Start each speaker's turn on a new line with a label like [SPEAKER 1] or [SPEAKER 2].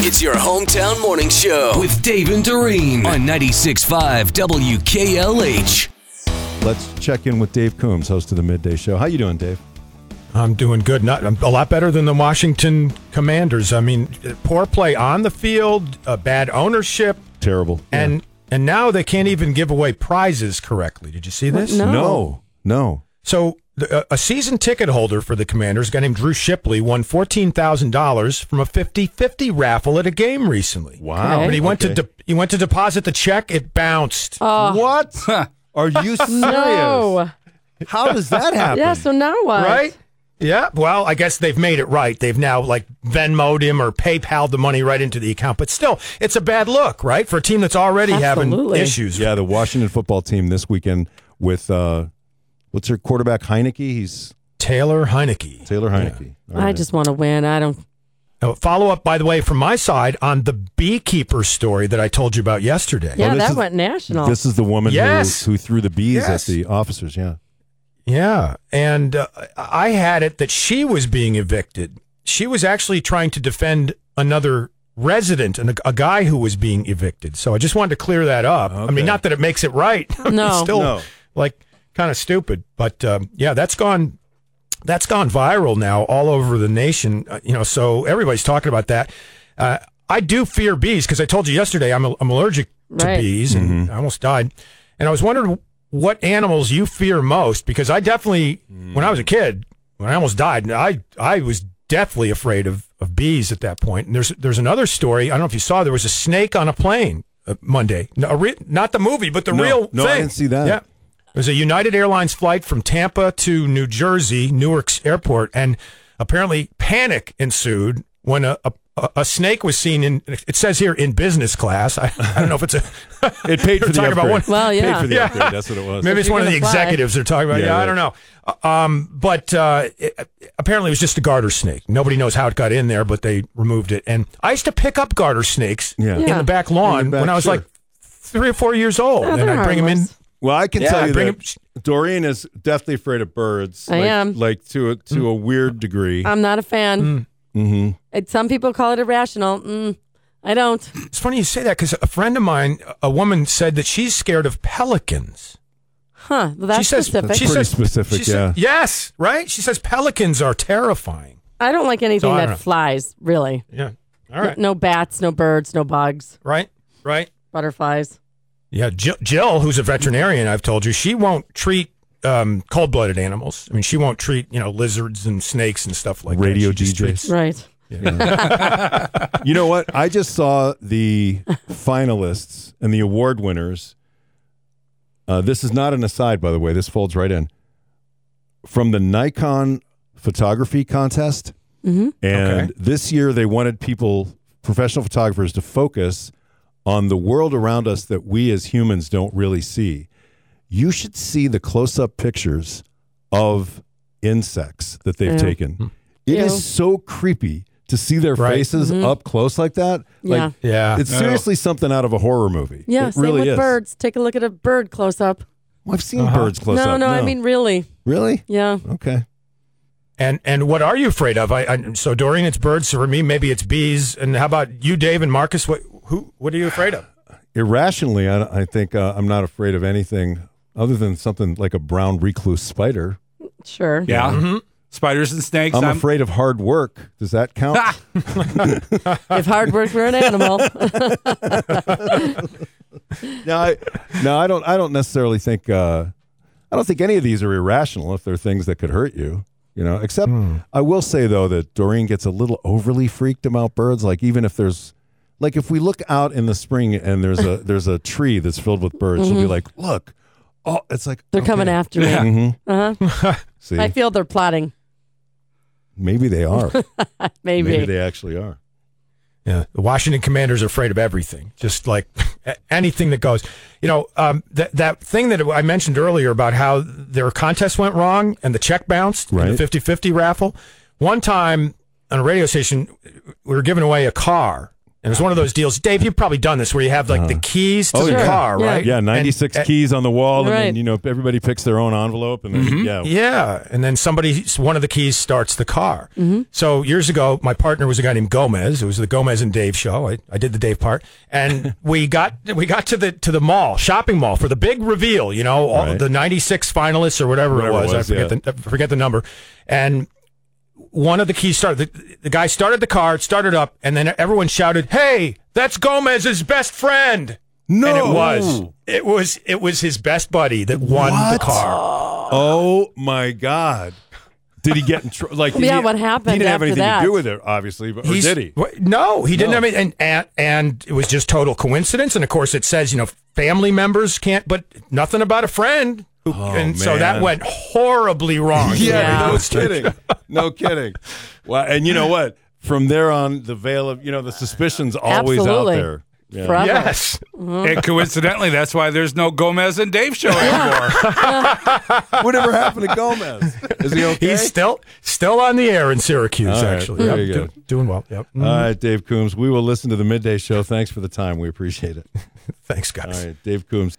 [SPEAKER 1] It's your hometown morning show with Dave and Doreen on 96.5 WKLH.
[SPEAKER 2] Let's check in with Dave Coombs, host of the Midday Show. How you doing, Dave?
[SPEAKER 3] I'm doing good. Not I'm a lot better than the Washington Commanders. I mean, poor play on the field, uh, bad ownership,
[SPEAKER 2] Terrible.
[SPEAKER 3] and and now they can't even give away prizes correctly. Did you see this?
[SPEAKER 2] Yeah. no, no.
[SPEAKER 3] So the, a a season ticket holder for the Commanders, a guy named Drew Shipley, won fourteen thousand dollars from a 50-50 raffle at a game recently.
[SPEAKER 2] Wow.
[SPEAKER 3] But he went
[SPEAKER 2] Okay.
[SPEAKER 3] to de- he went to deposit the check. It bounced.
[SPEAKER 2] what? Are you serious?
[SPEAKER 4] No.
[SPEAKER 2] How does that happen?
[SPEAKER 4] Yeah, so now what?
[SPEAKER 3] Right? Yeah. Well, I guess they've made it right. They've now like Venmoed him or PayPal the money right into the account. But still, it's a bad look, right? For a team that's already having
[SPEAKER 4] Absolutely.
[SPEAKER 3] issues.
[SPEAKER 2] yeah, the Washington football team this weekend with uh, what's their quarterback Heineke? He's
[SPEAKER 3] Taylor Heineke.
[SPEAKER 2] Taylor Heineke. All
[SPEAKER 4] I
[SPEAKER 2] right.
[SPEAKER 4] just want to win. I don't.
[SPEAKER 3] Now, follow up, by the way, from my side on the beekeeper story that I told you about yesterday.
[SPEAKER 4] Yeah,
[SPEAKER 2] this
[SPEAKER 4] that
[SPEAKER 2] is-
[SPEAKER 4] went national.
[SPEAKER 2] This is the woman
[SPEAKER 3] Yes.
[SPEAKER 2] who, who threw the bees
[SPEAKER 3] Yes.
[SPEAKER 2] at the officers. Yeah.
[SPEAKER 3] Yeah, and uh, I had it that she was being evicted. She was actually trying to defend another resident and a, a guy who was being evicted. So I just wanted to clear that up. I
[SPEAKER 2] Okay.
[SPEAKER 3] mean, not that it makes it right. I mean,
[SPEAKER 4] No.
[SPEAKER 3] it's still
[SPEAKER 2] No.
[SPEAKER 3] like kind of stupid. But um, yeah, that's gone. That's gone viral now all over the nation. Uh, you know, so everybody's talking about that. Uh, I do fear bees because I told you yesterday I'm, I'm allergic to
[SPEAKER 4] Right.
[SPEAKER 3] bees and I almost died. And I was wondering what animals you fear most because I definitely, when I was a kid, when I almost died, I I was deathly afraid of, of bees at that point. And there's there's another story. I don't know if you saw. There was a snake on a plane uh, Monday. No, a re- not the movie, but the
[SPEAKER 2] No,
[SPEAKER 3] real
[SPEAKER 2] no, I
[SPEAKER 3] thing.
[SPEAKER 2] didn't see that.
[SPEAKER 3] Yeah. It was a United Airlines flight from Tampa to New Jersey, Newark's airport, and apparently panic ensued when a, a, a snake was seen in, it says here in business class. I, I don't know if it's a,
[SPEAKER 2] It paid for the
[SPEAKER 3] talking
[SPEAKER 2] upgrade.
[SPEAKER 3] about one-
[SPEAKER 4] Well,
[SPEAKER 2] Paid
[SPEAKER 4] yeah.
[SPEAKER 2] for the
[SPEAKER 3] Yeah.
[SPEAKER 2] upgrade. That's what it was.
[SPEAKER 3] maybe
[SPEAKER 4] if
[SPEAKER 3] it's
[SPEAKER 4] you're
[SPEAKER 3] one of the
[SPEAKER 4] gonna fly.
[SPEAKER 3] executives they're talking about.
[SPEAKER 2] Yeah,
[SPEAKER 3] Yeah,
[SPEAKER 2] right.
[SPEAKER 3] I don't know. Uh, Um, but uh, it, apparently it was just a garter snake. Nobody knows how it got in there, but they removed it. And I used to pick up garter snakes
[SPEAKER 2] Yeah.
[SPEAKER 3] in
[SPEAKER 4] Yeah.
[SPEAKER 3] the back lawn
[SPEAKER 2] In the back,
[SPEAKER 3] when I was
[SPEAKER 2] sure.
[SPEAKER 3] like three or four years old.
[SPEAKER 4] Oh,
[SPEAKER 3] and
[SPEAKER 4] they're
[SPEAKER 3] I'd bring them in.
[SPEAKER 4] harmless.
[SPEAKER 2] Well, I can
[SPEAKER 3] Yeah,
[SPEAKER 2] tell you
[SPEAKER 3] bring
[SPEAKER 2] that Doreen is deathly afraid of birds.
[SPEAKER 4] I
[SPEAKER 2] like,
[SPEAKER 4] am.
[SPEAKER 2] like to a, to a weird degree.
[SPEAKER 3] Um,
[SPEAKER 4] I'm not a fan. It, some people call it irrational. Mm, I don't.
[SPEAKER 3] It's funny you say that because a friend of mine, a woman, said that she's scared of pelicans.
[SPEAKER 4] Huh? Well, that's
[SPEAKER 3] she says,
[SPEAKER 4] specific.
[SPEAKER 3] She
[SPEAKER 2] Pretty
[SPEAKER 3] says,
[SPEAKER 2] specific,
[SPEAKER 3] she said- yes, right? She says pelicans are terrifying.
[SPEAKER 4] I don't like anything
[SPEAKER 3] So I don't
[SPEAKER 4] that
[SPEAKER 3] know.
[SPEAKER 4] flies. Really.
[SPEAKER 3] Yeah. All right.
[SPEAKER 4] No bats. No birds. No bugs.
[SPEAKER 3] Right? Right?
[SPEAKER 4] Butterflies.
[SPEAKER 3] Yeah. Jill, Jill, who's a veterinarian, I've told you, she won't treat um, cold blooded animals. I mean, she won't treat, you know, lizards and snakes and stuff like
[SPEAKER 2] Radio
[SPEAKER 3] that. She just
[SPEAKER 2] DJs.
[SPEAKER 3] treats-
[SPEAKER 4] Right.
[SPEAKER 2] You know what? I just saw the finalists and the award winners. Uh, this is not an aside, by the way. This folds right in from the Nikon photography contest. And
[SPEAKER 3] Okay.
[SPEAKER 2] this year, they wanted people, professional photographers, to focus on the world around us that we as humans don't really see. You should see the close up pictures of insects that they've
[SPEAKER 4] Yeah.
[SPEAKER 2] taken. It is
[SPEAKER 4] Ew.
[SPEAKER 2] so creepy to see their
[SPEAKER 3] Right.
[SPEAKER 2] faces
[SPEAKER 4] Mm-hmm.
[SPEAKER 2] up close like that. Like,
[SPEAKER 3] Yeah.
[SPEAKER 2] It's seriously something out of a horror movie.
[SPEAKER 4] Yeah.
[SPEAKER 2] it
[SPEAKER 4] same
[SPEAKER 2] really
[SPEAKER 4] with
[SPEAKER 2] is.
[SPEAKER 4] birds. Take a look at a bird close up.
[SPEAKER 2] Well, I've
[SPEAKER 3] Uh-huh.
[SPEAKER 2] seen birds close
[SPEAKER 4] no,
[SPEAKER 2] up.
[SPEAKER 4] no. I mean, really.
[SPEAKER 2] really?
[SPEAKER 4] Yeah.
[SPEAKER 2] Okay.
[SPEAKER 3] And and what are you afraid of? I, I so Doreen, it's birds. So for me, maybe it's bees. And how about you, Dave and Marcus? What who what are you afraid of?
[SPEAKER 2] Irrationally, I, I think uh, I'm not afraid of anything other than something like a brown recluse spider.
[SPEAKER 4] Sure.
[SPEAKER 5] Yeah. Spiders and snakes.
[SPEAKER 2] I'm, afraid of hard work. Does that count?
[SPEAKER 5] Ah!
[SPEAKER 4] If hard work were an animal,
[SPEAKER 2] no, I, no, I don't. I don't necessarily think. Uh, I don't think any of these are irrational if they're things that could hurt you. You know, except
[SPEAKER 3] Hmm.
[SPEAKER 2] I will say though that Doreen gets a little overly freaked about birds. Like even if there's, like if we look out in the spring and there's a there's a tree that's filled with birds, she'll be like, look, oh, it's like Mm-hmm.
[SPEAKER 4] Mm-hmm. they're coming after me.
[SPEAKER 2] See,
[SPEAKER 4] I feel they're plotting.
[SPEAKER 2] maybe they are.
[SPEAKER 4] Maybe.
[SPEAKER 2] maybe they actually are.
[SPEAKER 3] Yeah, the Washington Commanders are afraid of everything, just like a- anything that goes. You know, um, that that thing that I mentioned earlier about how their contest went wrong and the check bounced, in
[SPEAKER 2] Right.
[SPEAKER 3] the 50-50 raffle. One time on a radio station, we were giving away a car, And it's one of those deals, Dave. You've probably done this where you have like the keys to
[SPEAKER 2] Oh,
[SPEAKER 3] the
[SPEAKER 2] yeah.
[SPEAKER 3] car,
[SPEAKER 4] Yeah.
[SPEAKER 3] right?
[SPEAKER 2] Yeah,
[SPEAKER 3] And-
[SPEAKER 2] 96
[SPEAKER 3] and-
[SPEAKER 2] keys on the wall, and then
[SPEAKER 4] Right.
[SPEAKER 2] you know everybody picks their own envelope, and then, yeah,
[SPEAKER 3] Mm-hmm. Yeah, and then somebody, one of the keys starts the car.
[SPEAKER 2] Mm-hmm.
[SPEAKER 3] So years ago, my partner was a guy named Gomez. It was the Gomez and Dave show. I, I did the Dave part, and we got we got to the to the mall, shopping mall for the big reveal. You know, all,
[SPEAKER 2] Right.
[SPEAKER 3] the '96 finalists or whatever,
[SPEAKER 2] Whatever
[SPEAKER 3] it
[SPEAKER 2] it
[SPEAKER 3] was.
[SPEAKER 2] was,
[SPEAKER 3] I forget
[SPEAKER 2] yeah.
[SPEAKER 3] the I forget the number, and one of the keys started. The, the guy started the car, it started up, and then everyone shouted, "Hey, that's Gomez's best friend!"
[SPEAKER 2] no,
[SPEAKER 3] And it was it was it was his best buddy that won the
[SPEAKER 2] What?
[SPEAKER 3] car.
[SPEAKER 2] Oh my God! Did he get in trouble? Like,
[SPEAKER 4] Yeah,
[SPEAKER 2] he-
[SPEAKER 4] what happened
[SPEAKER 2] He didn't have
[SPEAKER 4] after
[SPEAKER 2] anything
[SPEAKER 4] that?
[SPEAKER 2] to do with it, obviously, but or
[SPEAKER 3] He's-
[SPEAKER 2] did he?
[SPEAKER 3] wha- No, he didn't.
[SPEAKER 2] No.
[SPEAKER 3] I mean, and, and and it was just total coincidence. And of course, it says you know family members can't, but nothing about a friend. Who, and so that
[SPEAKER 2] Oh, man.
[SPEAKER 3] went horribly wrong.
[SPEAKER 4] Yeah.
[SPEAKER 2] no kidding, no kidding. Well, and you know what? From there on, the veil of you know the suspicions always
[SPEAKER 4] Absolutely.
[SPEAKER 2] out there. Yeah.
[SPEAKER 4] Forever.
[SPEAKER 3] Yes.
[SPEAKER 5] And coincidentally, that's why there's no Gomez and Dave show anymore.
[SPEAKER 2] Whatever happened to Gomez? Is he okay?
[SPEAKER 3] He's still still on the air in Syracuse.
[SPEAKER 2] All right,
[SPEAKER 3] actually,
[SPEAKER 2] there
[SPEAKER 3] Yep,
[SPEAKER 2] you
[SPEAKER 3] do-
[SPEAKER 2] go.
[SPEAKER 3] doing well. Yep.
[SPEAKER 2] All right, Dave Coombs. We will listen to the midday show. Thanks for the time. We appreciate it.
[SPEAKER 3] Thanks, guys.
[SPEAKER 2] All right, Dave Coombs.